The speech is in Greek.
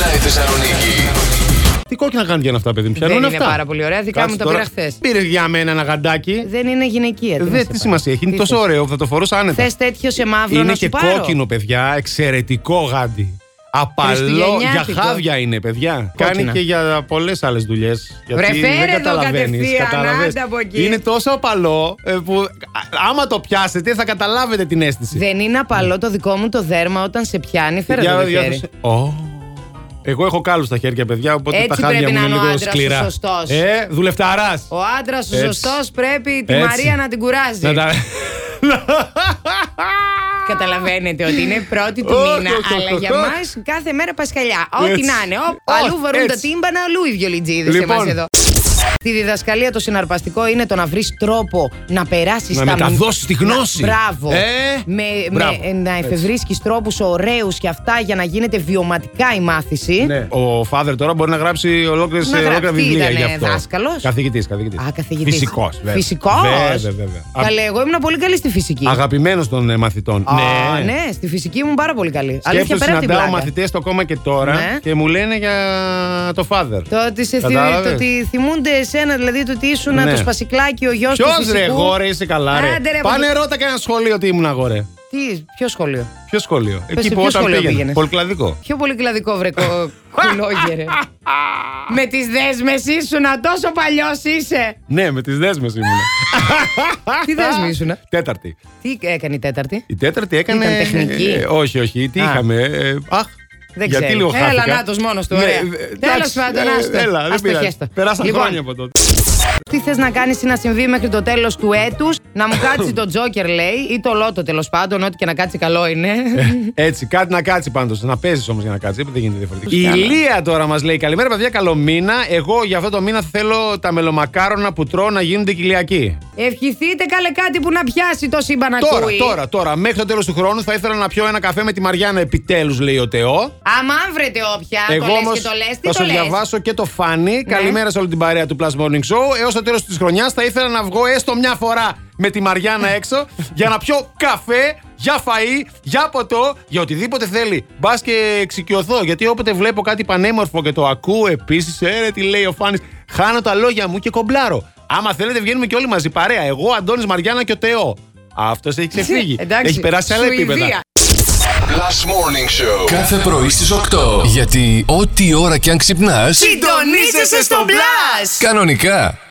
Θεσσαλονίκη. Τι κόκκινα γάντια είναι αυτά, παιδί μου. Ποια Δεν είναι είναι αυτά. πάρα πολύ ωραία. Δικά Κάτσε μου τα τώρα. πήρα χθες. Πήρε για μένα ένα γαντάκι. Δεν είναι γυναικεία. τι να Δεν σε τι πω. σημασία έχει. Είναι Τι τόσο θες. ωραίο που θα το φορούσα άνετα. Θες τέτοιο σε μαύρο Είναι να σου και πάρω? κόκκινο, παιδιά. Εξαιρετικό γάντι. Απαλό για Χριστουγεννιάτικο. χάβια είναι, παιδιά. Κόκκινα. Κάνει και για πολλές άλλες δουλειές. Βρε, φέρε δεν εδώ καταλαβαίνεις. κατευθείαν, άντε από εκεί. Είναι τόσο απαλό ε, που α- άμα το πιάσετε θα καταλάβετε την αίσθηση. Δεν είναι απαλό το δικό μου το δέρμα όταν σε πιάνει. Φέρε Για- το για- χέρι. Ω. Εγώ έχω κάλους στα χέρια, παιδιά, οπότε Έτσι τα χάδια πρέπει μου να είναι είναι ο λίγο άντρας, ο σκληρά. σωστός. Ε, δουλευταράς. Ο άντρας ο Έτσι. σωστός πρέπει τη Έτσι. Μαρία να την κουράζει. Να τα- Καταλαβαίνετε ότι είναι πρώτη του Οχ, μήνα, οχ, οχ, αλλά για οχ. μας κάθε μέρα πασχαλιά. Έτσι. Ό,τι να είναι. Οπ, Οχ, Αλλού βαρούν τα έτσι. τύμπανα, αλλού οι βιολιτζίδες Λοιπόν. εμάς εδώ. Στη διδασκαλία το συναρπαστικό είναι το να βρεις τρόπο να περάσεις Να τα μυ- μεταδώσεις τη γνώση. Να- Μπράβο. Ε, με, μπράβο. με- ε, να Έτσι. εφευρίσκεις τρόπους ωραίους και αυτά για να γίνεται βιωματικά η μάθηση. Ναι. Ο Φάδερ τώρα μπορεί να γράψει ολόκληρες- Να γράψει. ολόκληρα Τι βιβλία ήτανε, για αυτό. δάσκαλος? Καθηγητής, καθηγητής. Α, καθηγητής. Φυσικός. Φυσικός. Βέβαια, βέβαια. Α- Καλέ, εγώ ήμουν πολύ καλή στη φυσική. Αγαπημένος των ε, μαθητών. Α, ναι, στη φυσική ήμουν πάρα πολύ καλή. Αλήθεια, Σκέφτομαι πέρα από την συναντάω πλάκα. μαθητές το κόμμα και τώρα Ναι. και μου λένε για το Father. Το ότι, σε θυμ... Κατάλαβες? το ότι θυμούνται εσένα, δηλαδή το ότι ήσουν Ναι. το σπασικλάκι, ο γιος του. Ποιος ρε, φυσικού. εγώ ρε, είσαι καλά. Ρε. Άντε, ρε, Πάνε παιδί. ρώτα κανένα σχολείο τι ήμουν εγώ ρε. Τι, ποιο σχολείο. Ποιο σχολείο. Εκεί σε που ποιο όταν σχολείο πήγαινε. πήγαινες? Πολυκλαδικό. Πιο πολύ κλαδικό βρεκό κουλόγερε. Με τις δέσμες ήσουν, τόσο παλιός είσαι. Ναι, με τις δέσμες ήμουν. Τι δέσμη ήσουν. Τέταρτη. Τι έκανε η Τέταρτη. Η τέταρτη έκανε. Ήταν τεχνική. Ε, όχι, όχι. Τι Α. είχαμε. ε, αχ. Δεν γιατί ξέρω. λίγο Έλα, χάθηκα. νάτος μόνος του, ωραία. ε, Τέλος εντάξει, πάντων, ε, άστο. Έλα, δεν Άστο, πειράζει. χέστο. Περάσαν Λοιπόν. χρόνια από τότε. Τι θες να κάνεις ή να συμβεί μέχρι το τέλος του έτους, να μου κάτσει το Τζόκερ, λέει, ή το Λότο τέλος πάντων, ό,τι και να κάτσει καλό είναι. Έτσι, κάτι να κάτσει πάντως. Να παίζεις όμως για να κάτσει. Δεν γίνεται διαφορετικά. Η Ηλία τώρα μας λέει: Καλημέρα, παιδιά, καλό μήνα. Εγώ για αυτό το μήνα θέλω τα μελομακάρονα που τρώω να γίνονται κοιλιακοί. Ευχηθείτε καλέ κάτι που να πιάσει το σύμπαν Τώρα, ακούει. τώρα, τώρα. Μέχρι το τέλος του χρόνου θα ήθελα να πιω ένα καφέ με τη Μαριάννα επιτέλους, λέει ο Τεό. Άμα βρετε όποια, το λες όμως και το λες, τι θα το σου λες. Ναι. διαβάσω και το φάνη. Καλημέρα σε όλη την παρέα του Plus Morning Show. Έως το τέλος της χρονιάς θα ήθελα να βγω έστω μια φορά με τη Μαριάννα έξω για να πιω καφέ, για φαΐ, για ποτό, για οτιδήποτε θέλει. Μπας και εξοικειωθώ. Γιατί όποτε βλέπω κάτι πανέμορφο και το ακούω επίσης, έρε τι λέει ο φάνης, χάνω τα λόγια μου και κομπλάρω. Άμα θέλετε, βγαίνουμε και όλοι μαζί παρέα. Εγώ, Αντώνης Μαριάννα και ο Τεό. Αυτός έχει ξεφύγει. Εντάξει, έχει περάσει σε άλλα Σουηδία. επίπεδα. Last Morning Show. Κάθε πρωί στις 8. Γιατί ό,τι ώρα κι αν ξυπνάς, Συντονίζεσαι στο μπλα! κανονικά